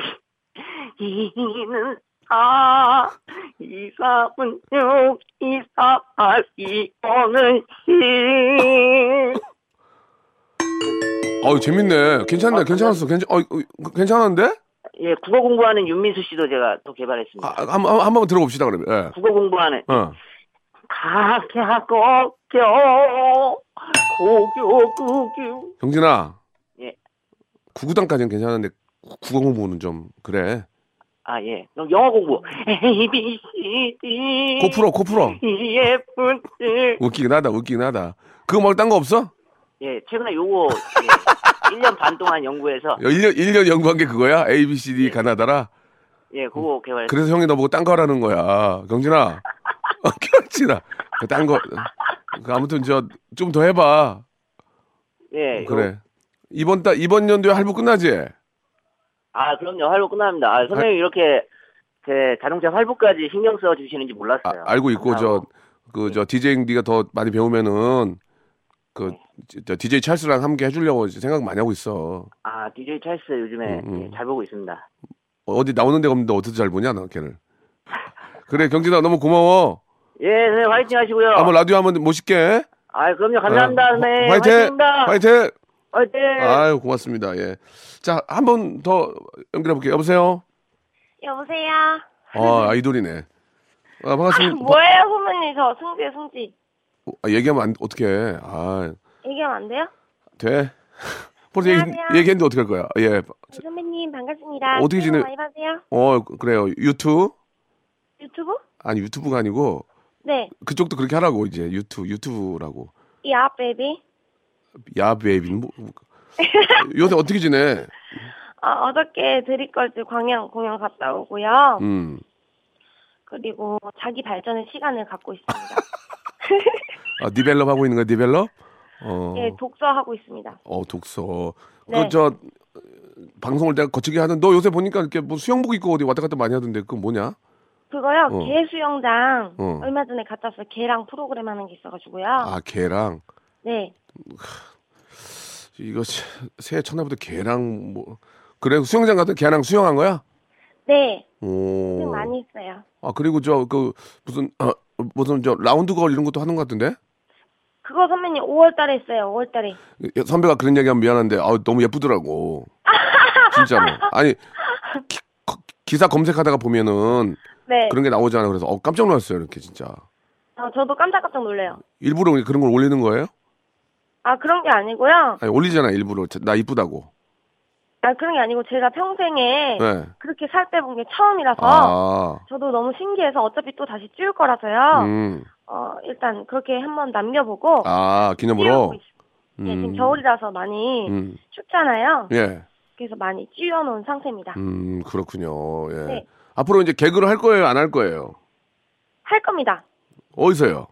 이는 아 이삼은 육 이삼팔 이오는 일 어우 재밌네. 괜찮네. 예. 아, 괜찮았어. 괜찮 어 어, 괜찮은데? 예, 국어 공부하는 윤민수 씨도 제가 또 개발했습니다. 아, 한번 한번 들어봅시다 그러면. 예. 국어 공부하는 어. 가갸고교 고교 구교 경진아. 예. 구구단까지는 괜찮은데 국어 공부는 좀 그래. 아 예. 그럼 영어 공부 A B C D 코 풀어 코 풀어. E F G 웃기긴 하다 웃기긴 하다. 그거 말고 딴 거 없어? 예, 최근에 요거 예, 1년 반 동안 연구해서 1년, 1년 연구한 게 그거야? A, B, C, D 가나다라? 예, 그거 개발. 했 그래서 형이 너보고 딴 거 하라는 거야. 경진아. 어, 경진아. 그딴 거. 그 아무튼 저 좀 더 해봐. 예, 요- 그래. 이번 달, 이번 연도에 할부 끝나지? 아, 그럼요. 활보 끝납니다. 아, 선생님 이렇게 제 자동차 활보까지 신경 써 주시는지 아, 몰랐어요. 알고 있고, 저, 감사하고. 그, 저, 디제잉 네가더 많이 배우면은, 그, 네. 저, DJ 찰스랑 함께 해주려고 생각 많이 하고 있어. 아, DJ 찰스 요즘에 음, 음. 예, 잘 보고 있습니다. 어, 어디 나오는 데가 없는데 어떻게 잘 보냐, 너 걔를. 그래, 경진아, 너무 고마워. 예, 선생님 화이팅 하시고요. 한번 라디오 한번 모실게. 아, 그럼요. 감사합니다. 어, 선생님. 아, 화이팅! 화이팅입니다. 화이팅! 화이팅! 아유 고맙습니다. 예. 자, 한 번 더 연결해 볼게요. 여보세요. 여보세요. 아 아이돌이네. 아, 반갑습니다. 뭐예요, 선배님? 저 승재, 승지. 뭐- 아, 얘기하면 안, 어떻게? 아, 얘기하면 안 돼요? 돼. 벌써 얘기, 안녕하세요. 얘기했는데 어떻게 할 거야? 예. 네, 선배님, 반갑습니다. 어떻게 새해 복 지내- 많이 받으세요? 어 그래요. 유튜브 유튜브? 아니 유튜브가 아니고 네. 그쪽도 그렇게 하라고 이제 유튜브 유튜브라고. 야, 베이비. 야 베이비. 뭐, 뭐. 요새 어떻게 지내? 아, 어저께 드립걸즈 광양 공연 갔다 오고요. 음. 그리고 자기 발전의 시간을 갖고 있습니다. 아, 디벨롭 하고 있는 거야 디벨롭? 어. 예, 독서하고 있습니다. 어 독서. 네. 그 저 방송을 내가 거치게 하는 너 요새 보니까 이렇게 뭐 수영복 입고 어디 왔다 갔다 많이 하던데 그건 뭐냐? 그거요, 어. 개 수영장 어. 얼마 전에 갔다 왔어요. 개랑 프로그램 하는 게 있어가지고요. 아 개랑 네. 이거 새- 새해 첫날부터 개랑 뭐 그래 수영장 갔던 개랑 수영한 거야? 네. 오. 수영 많이 했어요. 아 그리고 저 그 무슨 어, 무슨 저 라운드 걸 이런 것도 하는 것 같은데 그거 선배님 5월 달에 했어요, 5월 달에. 예, 선배가 그런 얘기하면 미안한데 아 너무 예쁘더라고. 진짜로. 아니 기, 거- 기사 검색하다가 보면은 네. 그런 게 나오잖아. 그래서 어 깜짝 놀랐어요 이렇게 진짜. 아, 저도 깜짝깜짝 놀래요. 일부러 그런 걸 올리는 거예요? 아 그런 게 아니고요. 아니 올리잖아 일부러 자, 나 이쁘다고. 아 그런 게 아니고 제가 평생에 네. 그렇게 살 때 본 게 처음이라서 아. 저도 너무 신기해서 어차피 또 다시 찌울 거라서요. 음. 어 일단 그렇게 한번 남겨보고 아 기념으로. 찌우고 있- 네, 음. 지금 겨울이라서 많이 음. 춥잖아요. 예. 그래서 많이 찌워놓은 상태입니다. 음 그렇군요. 예. 네. 앞으로 이제 개그를 할 거예요 안 할 거예요? 할 겁니다. 어디서요?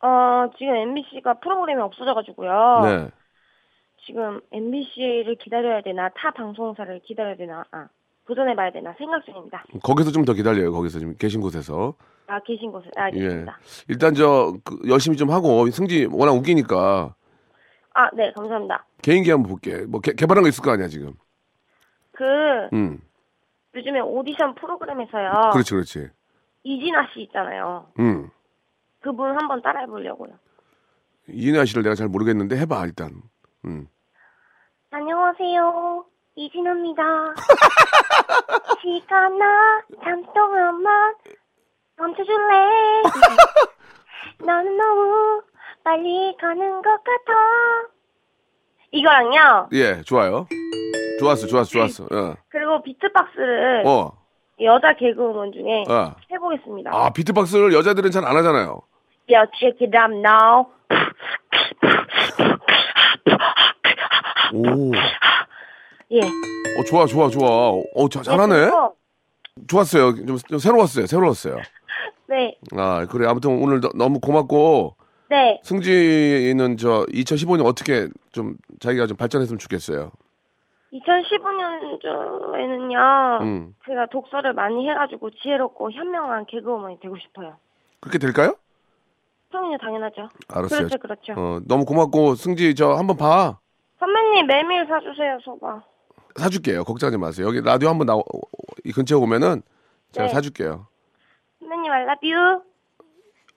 어 지금 MBC가 프로그램이 없어져가지고요. 네. 지금 MBC를 기다려야 되나 타 방송사를 기다려야 되나 아, 도전해봐야 되나 생각 중입니다. 거기서 좀 더 기다려요. 거기서 지금 계신 곳에서. 아 계신 곳에 예. 알겠습니다. 일단 저 그, 열심히 좀 하고 승지 워낙 웃기니까 아 네 감사합니다. 개인기 한번 볼게. 뭐 개, 개발한 거 있을 거 아니야 지금. 그 음. 요즘에 오디션 프로그램에서요. 그렇지 그렇지. 이진아 씨 있잖아요. 음. 그분 한번 따라해 보려고요. 이은하 씨를 내가 잘 모르겠는데 해봐 일단. 음. 안녕하세요. 이진아입니다. 시간 나 잠동안만 멈춰줄래? 나는 너무 빨리 가는 것 같아. 이거랑요. 예 좋아요. 좋았어 좋았어 좋았어. 예. 그리고 비트박스를 어. 여자 개그우먼 중에 어. 해보겠습니다. 아 비트박스를 여자들은 잘 안 하잖아요. Yo, check it out now. 오, 예. 어 좋아 좋아 좋아. 어 자, 네, 잘하네. 어, 그리고 좋았어요. 좀, 좀 새로웠어요. 새로웠어요. 네, 아, 그래. 아무튼 오늘 너, 너무 고맙고 네, 승진이는 저 2015년 어떻게 좀 자기가 좀 발전했으면 좋겠어요. 2015년도에는요, 음. 제가 독서를 많이 해가지고 지혜롭고 현명한 개그우먼이 되고 싶어요. 그렇게 될까요? 그럼요, 당연하죠. 알았어요. 그렇죠, 그렇죠. 어, 너무 고맙고 승지 저 한번 봐. 선배님 메밀 사주세요, 소바. 사줄게요. 걱정하지 마세요. 여기 라디오 한번 나오 이 근처에 오면은 제가 네. 사줄게요. 선배님 I love you.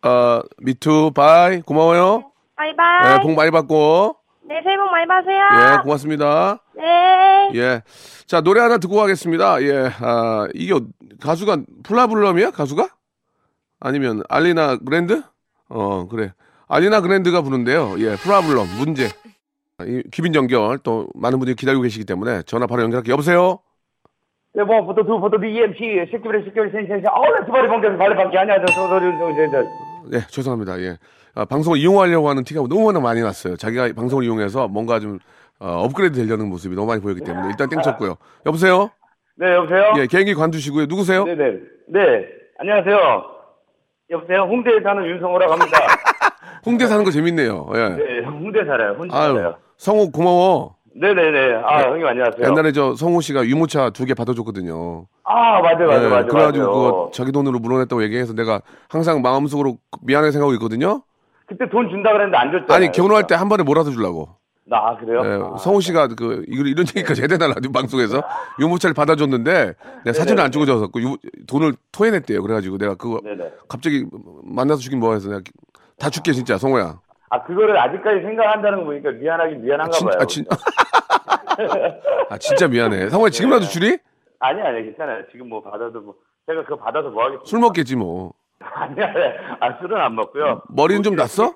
어, 미투 바이 고마워요. 바이바이. 아. 네, 복 많이 받고. 네, 새해 복 많이 받으세요. 예, 고맙습니다. 네. 예. 자, 노래 하나 듣고 가겠습니다. 예. 아, 이게 어- 가수가 플라블럼이야? 가수가? 아니면 알리나 그랜드? 어, 그래. 알리나 그랜드가 부른데요. 예. 플라블럼 문제. 아, 이 귀빈 연결 또 많은 분들이 기다리고 계시기 때문에 전화 바로 연결할게요. 여보세요. 네, 뭐, 부터 두, 부터 EMC, 새끼벌이, 새끼벌이, 새끼벌이, 아우, 두발이 번개에서 발이 밖에 아니야. 저, 저, 저, 저, 저, 저. 예, 죄송합니다. 예. 아, 방송을 이용하려고 하는 티가 너무 나 많이 났어요. 자기가 방송을 이용해서 뭔가 좀 어, 업그레이드 되려는 모습이 너무 많이 보였기 때문에 일단 땡쳤고요. 여보세요? 네, 여보세요? 예, 개인기 관두시고요. 누구세요? 네네. 네. 안녕하세요. 여보세요? 홍대에 사는 윤성호라고 합니다. 홍대 사는 거 재밌네요. 예. 네, 홍대 살아요. 혼자 아유, 살아요. 성우 고마워. 네네네. 아, 형님 안녕하세요. 옛날에 저 성우 씨가 유모차 두 개 받아줬거든요. 아, 맞아요, 맞아요, 예, 맞아요. 그래가지고 맞아요. 그거 자기 돈으로 물어냈다고 얘기해서 내가 항상 마음속으로 미안해 생각하고 있거든요. 그때 돈 준다 그랬는데 안 줬잖아요. 아니 결혼할 때 한 번에 몰아서 주려고. 나, 네, 아, 그래요? 예, 아. 성우 씨가 그 이걸 이런 얘기까지 해야 되나 라디오 방송에서 유모차를 받아줬는데 네, 내가 사진을 안 찍어 줘서 돈을 토해냈대요. 그래가지고 내가 그거 네네. 갑자기 만나서 주긴 뭐해서 내가 다 줄게 진짜 성우야. 아, 그거를 아직까지 생각한다는 거 보니까 미안하긴 미안한가 진, 봐요. 아, 진, 아 진짜 미안해. 성우야 네. 지금이라도 줄이? 아니, 아니, 괜찮아요. 지금 뭐 받아도 뭐. 제가 그거 받아서 뭐 하겠어요? 술 먹겠지 뭐. 아니, 아니, 아, 술은 안 먹고요. 뭐 머리는 좀 났어?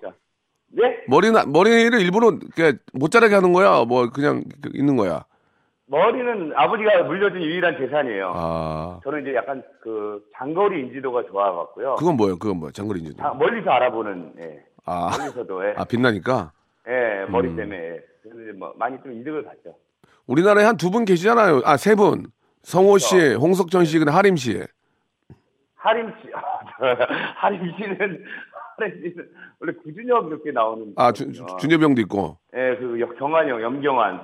네? 머리는 머리를 일부러 이렇게 못 자르게 하는 거야. 뭐 그냥 그- 있는 거야. 머리는 아버지가 물려준 유일한 재산이에요. 아 저는 이제 약간 그 장거리 인지도가 좋아갖고요. 그건 뭐예요? 그건 뭐야? 장거리인지도. 다 멀리서 알아보는 예. 아, 멀리서도 예. 아 음. 빛나니까. 예, 머리 때문에 예. 그래서 이제 뭐 많이 좀 이득을 봤죠. 우리나라에 한 두 분 계시잖아요. 아 세 분. 성호 씨, 홍석천 씨, 그리고 하림 씨. 하림 씨, 하림 씨는 하림 씨는 원래 구준엽 이렇게 나오는 아 주, 분이거든요. 주- 준엽이 형도 있고. 예, 그 여- 경환이 형, 염경환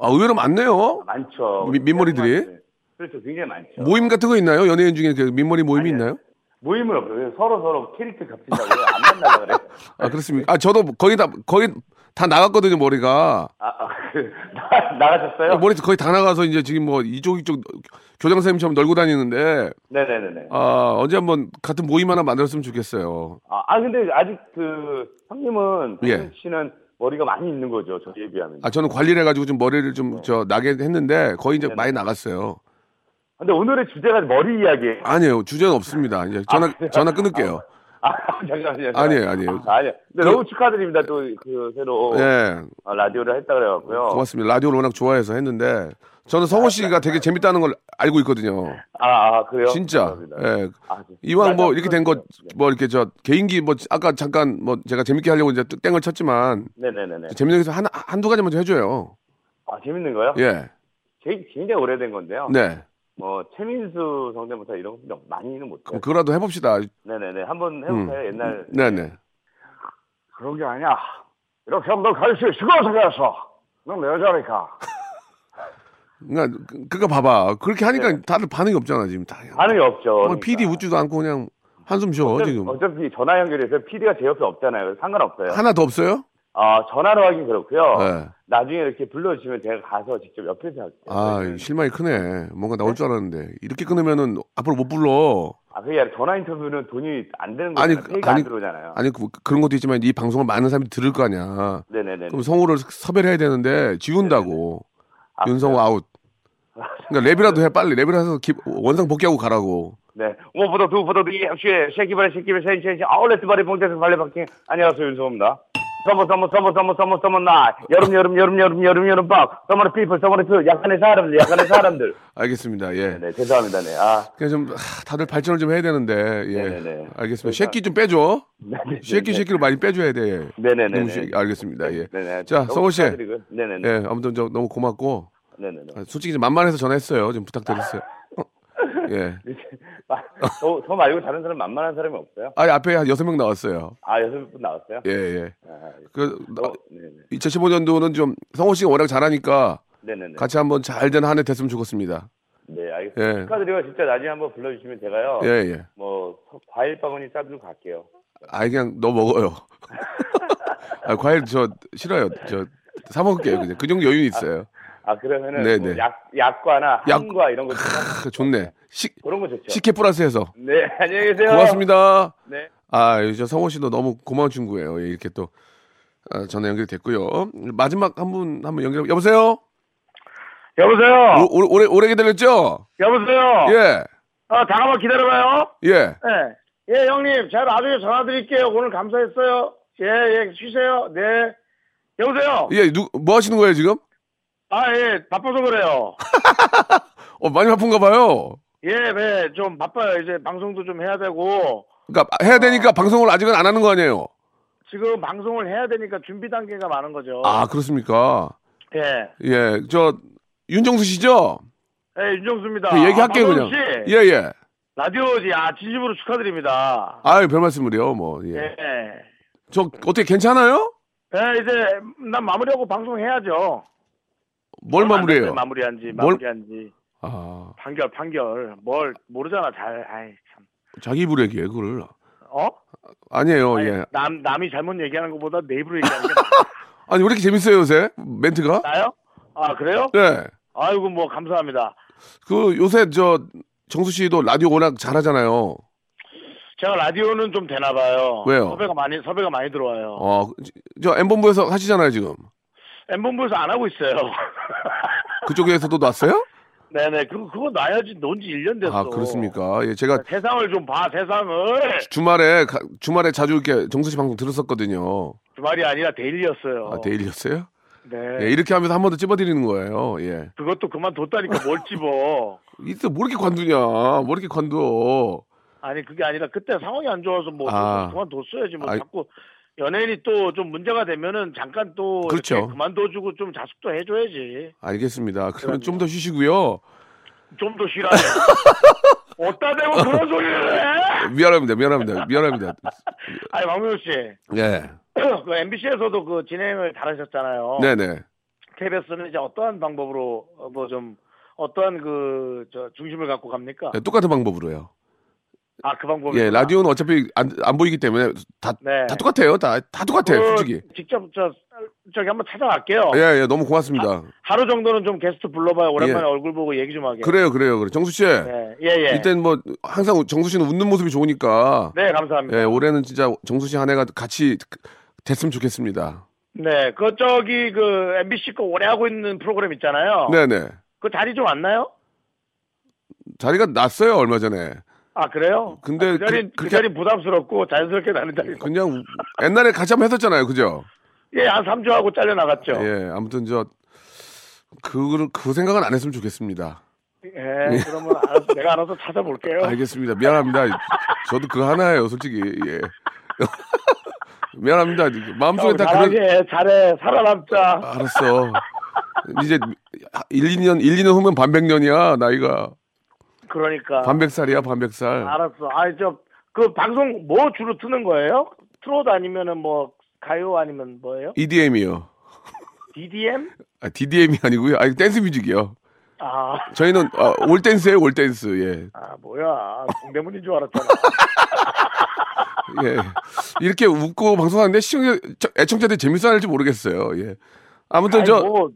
아 의외로 많네요. 많죠. 미- 민머리들이? 네. 그렇죠, 굉장히 많죠. 모임 같은 거 있나요? 연예인 중에 그 민머리 모임이 있나요? 모임은 없어요. 서로 서로 캐릭터 겹친다고요. 안 만나려 그래. 아 그렇습니까? 아 저도 거의 다 거의 다 나갔거든요 머리가. 아, 아 그, 나, 나가셨어요? 머리 거의 다 나가서 이제 지금 뭐 이쪽 이쪽 교장 선생님처럼 널고 다니는데 네네네네. 아, 언제 한번 같은 모임 하나 만들었으면 좋겠어요. 아, 아, 근데 아직 그 형님은 예. 형님 씨는 머리가 많이 있는 거죠. 저에 비하면. 아, 저는 관리를 해가지고 좀 머리를 좀, 저, 나게 했는데 거의 이제 많이 나갔어요. 근데 오늘의 주제가 머리 이야기. 아니에요. 주제는 없습니다. 이제 전화, 네. 전화 끊을게요. 아, 잠깐만요. 아니에요, 아니에요. 아, 아니에요. 근데 그- 너무 축하드립니다. 또 그 새로 예. 어, 라디오를 했다 그래갖고요. 고맙습니다. 라디오를 워낙 좋아해서 했는데 저는 성호 씨가 되게 재밌다는 걸 알고 있거든요. 아, 아, 그래요? 진짜. 감사합니다. 네. 예. 아, 진짜. 이왕 뭐 이렇게 된 것, 뭐 이렇게 저, 개인기 뭐 아까 잠깐 뭐 제가 재밌게 하려고 이제 또 땡을 쳤지만 네네네네. 재밌는 게서 한, 한두 가지만 좀 해줘요. 아, 재밌는 거요? 예. 제, 굉장히 오래된 건데요. 네. 뭐, 최민수 성대모사 이런 거 많이는 못해요. 그럼 그거라도 해봅시다. 네네네. 한번 해보세요. 옛날. 네네. 그런 게 아니야. 이렇게 한번 갈수 있을 것 같아서. 넌 여자니까. 그러니까 그- 그거 봐봐. 그렇게 하니까 네. 다들 반응이 없잖아 지금 다. 반응이 없죠. 정말 그러니까. 어, PD 뭐 웃지도 않고 그냥 한숨 쉬어 어차피- 지금. 어차피 전화 연결해서 PD가 제 옆에 없잖아요. 그래서 상관없어요. 하나 더 없어요? 아, 전화로 하긴 그렇고요. 네. 나중에 이렇게 불러주시면 제가 가서 직접 옆에서 할게요. 아 네. 실망이 크네. 뭔가 나올 줄 알았는데 이렇게 끊으면은 앞으로 못 불러. 아, 그게 아니라 전화 인터뷰는 돈이 안 되는 아니, 거잖아요. 페이가 아니, 안 들어오잖아요. 아니 그, 런 것도 있지만 이 방송을 많은 사람이 들을 거 아니야. 네네네. 그럼 성우를 섭외를 해야 되는데 지운다고. 아, 윤성우 아웃. 그러니까 랩이라도 해 빨리 랩을 해서 기- 원상 복귀하고 가라고. 네. 오보다 두보다 두 예, 새끼발에 새끼발 새끼발 새끼발 아울렛발에 봉태서 발레 바킹. 안녕하세요 윤성호입니다. 서머 서머 서머 서머 서머 서머 나 여름 여름 여름 여름 여름 여름 밤 서머의 피플 서머의 피플 약간의 사람들 약간의 사람들. 알겠습니다. 예. 네 죄송합니다. 네. 아. 그냥 좀 하, 다들 발전을 좀 해야 되는데. 예. 네네네. 그러니까. 알겠습니다. 새끼 좀 빼줘. 네네네. 쉐끼 쉐끼를 많이 빼줘야 돼. 네네네네. 너무 쉐끼- 알겠습니다. 예. 네네. 자, 너무 성호 씨. 축하드리고요. 네네네. 예, 아무튼 예, 저 너무 고맙고 네네네. 솔직히 좀 만만해서 전화했어요. 좀 부탁드렸어요. 예. 아, 저, 저 말고 다른 사람 만만한 사람이 없어요? 아, 앞에 한 여섯 명 나왔어요. 아, 여섯 분 나왔어요? 예, 예. 아, 그, 어, 네네. 2015년도는 좀 성호 씨가 워낙 잘하니까 네네네. 같이 한번 잘 된 한 해 됐으면 좋겠습니다. 네, 예. 알겠습니다. 축하드리고 진짜 나중에 한번 불러주시면 제가요. 예, 예. 뭐 서- 과일 바구니 싸들고 갈게요. 아이, 그냥 너 먹어요. 아, 과일 저 싫어요. 저 사먹을게요. 그냥. 그 정도 여유 있어요. 아 그러면은 네네. 뭐 약, 약과나 약- 한과 이런 거 좀 사- 크, 아, 좋네. 식, 그런 거 좋죠. 식혜 플러스에서. 네, 안녕히 계세요. 고맙습니다. 네. 아, 이제 성호 씨도 너무 고마운 친구예요. 예, 이렇게 또 아, 전화 연결됐고요. 마지막 한 분 한 번 연결. 여보세요. 여보세요. 오, 오, 오래 오래 기다렸죠? 여보세요. 예, 아 잠깐만 기다려봐요. 예. 네. 예, 형님. 제가 나중에 전화 드릴게요. 오늘 감사했어요. 예, 예, 쉬세요. 네. 여보세요? 예, 누, 뭐 하시는 거예요, 지금? 아, 예, 바빠서 그래요. 어, 많이 바쁜가 봐요. 예, 네, 좀 바빠요. 이제 방송도 좀 해야 되고, 그러니까 해야 되니까 방송을 아직은 안 하는 거 아니에요? 지금 방송을 해야 되니까 준비 단계가 많은 거죠. 아, 그렇습니까? 예. 예, 저 윤정수 씨죠? 예, 윤정수입니다. 그 얘기할게요, 아, 그냥. 박원순 씨, 예, 예. 라디오지. 아, 진심으로 축하드립니다. 아유, 별 말씀을요, 뭐. 예. 예. 저 어떻게 괜찮아요? 예, 이제 난 마무리하고 방송해야죠. 뭘 마무리해요? 마무리한지, 뭘- 마무리한지. 아, 판결, 판결. 뭘 모르잖아, 잘. 아이, 참. 자기 입으로 얘기해, 그걸. 어? 아니에요, 아니, 예. 남 남이 잘못 얘기하는 것보다 내 입으로 얘기하는 게 나- 아니, 왜 이렇게 재밌어요, 요새? 멘트가? 나아요? 아 그래요? 예. 아이고 뭐 감사합니다. 그 요새 저 정수 씨도 라디오 워낙 잘하잖아요. 제가 라디오는 좀 되나 봐요. 왜요? 섭외가 많이 섭외가 많이 들어와요. 어, 저 엠본부에서 하시잖아요, 지금. 엠 본부에서 안 하고 있어요. 그쪽에서도 났어요? 네네 그 그거 놔야지 논지 1년 됐어. 아, 그렇습니까? 예, 제가 세상을 좀 봐 세상을 주말에 가- 주말에 자주 이렇게 정수 씨 방송 들었었거든요. 주말이 아니라 데일리였어요. 아, 데일리였어요? 네. 예, 이렇게 하면서 한 번 더 찝어드리는 거예요. 예. 그것도 그만뒀다니까 뭘 집어. 이때 뭐 이렇게 관두냐? 뭐 이렇게 관둬? 아니 그게 아니라 그때 상황이 안 좋아서 뭐 아. 그만뒀어야지 뭐 아이. 자꾸 연예인이 또 좀 문제가 되면은 잠깐 또 이렇게 그렇죠. 그만둬주고 좀 자숙도 해줘야지. 알겠습니다. 그러면 그럼요. 좀 더 쉬시고요. 좀 더 쉬라. 어따 대고 그런 소리를 해? 미안합니다. 미안합니다. 미안합니다. 아니, 박명수 씨. 예. 그 MBC에서도 그 진행을 잘하셨잖아요. 네네. KBS는 이제 어떠한 방법으로 뭐 좀 어떠한 그, 저, 중심을 갖고 갑니까? 예, 똑같은 방법으로요. 아, 그 방법이. 예, 라디오는 어차피 안, 안 보이기 때문에 다, 네. 다 똑같아요. 다, 다 똑같아요, 그 솔직히. 직접 저, 저기 한번 찾아갈게요. 예, 예, 너무 고맙습니다. 하루 정도는 좀 게스트 불러봐요. 오랜만에 예. 얼굴 보고 얘기 좀 하게. 그래요, 그래요, 그래. 정수 씨, 네. 예, 예. 이땐 뭐 항상 정수 씨는 웃는 모습이 좋으니까, 네, 감사합니다. 예, 올해는 진짜 정수 씨 한 해가 같이 됐으면 좋겠습니다. 네, 그 저기 그 MBC 거 오래 하고 있는 프로그램 있잖아요. 네, 네. 그 자리 좀 안 나요? 자리가 났어요 얼마 전에. 아 그래요? 근데 아, 그 자리 그- 그, 그렇게- 자리 부담스럽고 자연스럽게 나는 자리. 그냥 우- 옛날에 같이 한번 했었잖아요, 그죠? 예한 3주 하고 잘려 나갔죠. 예, 예, 아무튼 저 그, 그 생각은 안 했으면 좋겠습니다. 예, 네. 그러면 알아서, 내가 알아서 찾아볼게요. 어, 알겠습니다. 미안합니다. 저도 그거 하나예요, 솔직히. 예. 미안합니다. 마음속에 형, 다 잘하게 그런. 해, 잘해 살아남자. 알았어. 이제 1, 2년, 1, 2년 후면 반백년이야, 나이가. 그러니까 반백살이야, 반백살. 알았어. 아니 저 그 방송 뭐 주로 트는 거예요? 트로트 아니면은 뭐 가요 아니면 뭐예요? EDM이요. DDM? E 아, DDM이 아니고요. 아니, 댄스 뮤직이요. 아, 저희는 아, 올댄스예요, 올댄스. 예. 아 뭐야 동대문인 줄 알았잖아. 예. 이렇게 웃고 방송하는데 시청자, 저- 애청자들이 재밌어 할지 모르겠어요. 예. 아무튼 아니, 저, 뭐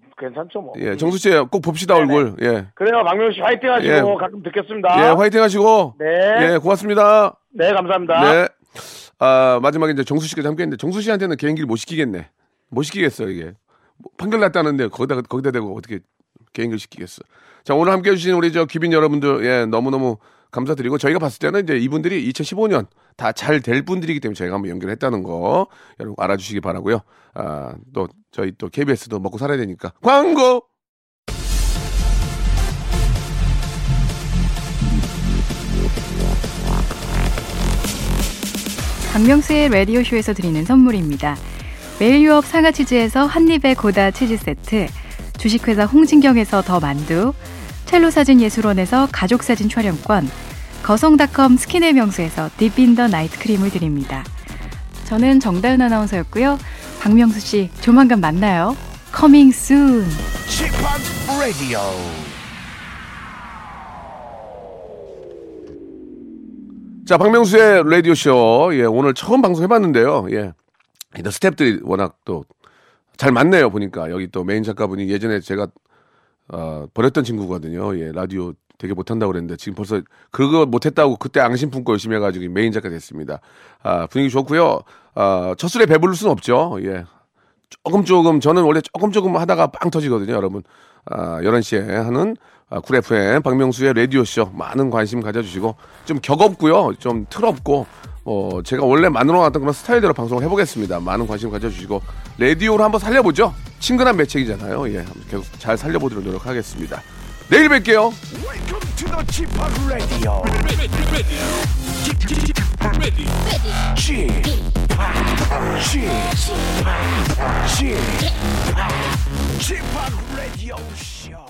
괜찮죠 뭐. 예, 정수 씨 꼭 봅시다, 얼굴. 예. 그래요 박명수 씨 화이팅 하시고 예. 가끔 예, 듣겠습니다. 화이팅 하시고. 아. 네. 예, 고맙습니다. 네 감사합니다. 네. 아, 마지막에 이제 정수 씨가 함께 했는데 정수 씨한테는 개인기를 못 시키겠네. 못 시키겠어, 이게. 뭐, 판결 났다는데 거기다 거기다 대고 어떻게 개인기를 시키겠어. 자, 오늘 함께 해 주신 우리 저 귀빈 여러분들 예, 너무너무 감사드리고 저희가 봤을 때는 이제 이분들이 2015년 다 잘 될 분들이기 때문에 저희가 한번 연결했다는 거 여러분 알아주시기 바라고요. 아, 또 저희 또 KBS도 먹고 살아야 되니까 광고 박명수의 라디오쇼에서 드리는 선물입니다. 매일 유업 사과 치즈에서 한입에 고다 치즈 세트, 주식회사 홍진경에서 더 만두, 첼로사진예술원에서 가족사진 촬영권, 거성닷컴 스킨의 명수에서 딥인더 나이트 크림을 드립니다. 저는 정다은 아나운서였고요. 박명수 씨, 조만간 만나요. Coming soon! 지팍 라디오 자, 박명수의 라디오쇼. 예, 오늘 처음 방송해봤는데요. 예. 이또 스탭들이 워낙 또 잘 맞네요, 보니까. 여기 또 메인 작가분이 예전에 제가, 어, 버렸던 친구거든요. 예, 라디오 되게 못한다고 그랬는데 지금 벌써 그거 못했다고 그때 앙심 품고 열심히 해가지고 메인 작가 됐습니다. 아, 분위기 좋고요. 아, 첫 술에 배부를 수는 없죠. 예. 조금 조금 저는 원래 조금 조금 하다가 빵 터지거든요, 여러분. 아, 11시에 하는 아, 쿨 FM 박명수의 라디오 쇼 많은 관심 가져주시고 좀 격없고요, 좀 틀없고 어, 제가 원래 만들어 놨던 그런 스타일대로 방송을 해보겠습니다. 많은 관심 가져주시고 라디오로 한번 살려보죠. 친근한 매체이잖아요. 예, 계속 잘 살려보도록 노력하겠습니다. 내일 뵐게요. Welcome to the 지팍 라디오 지팍 지팍 지팍 지팍 라디오 쇼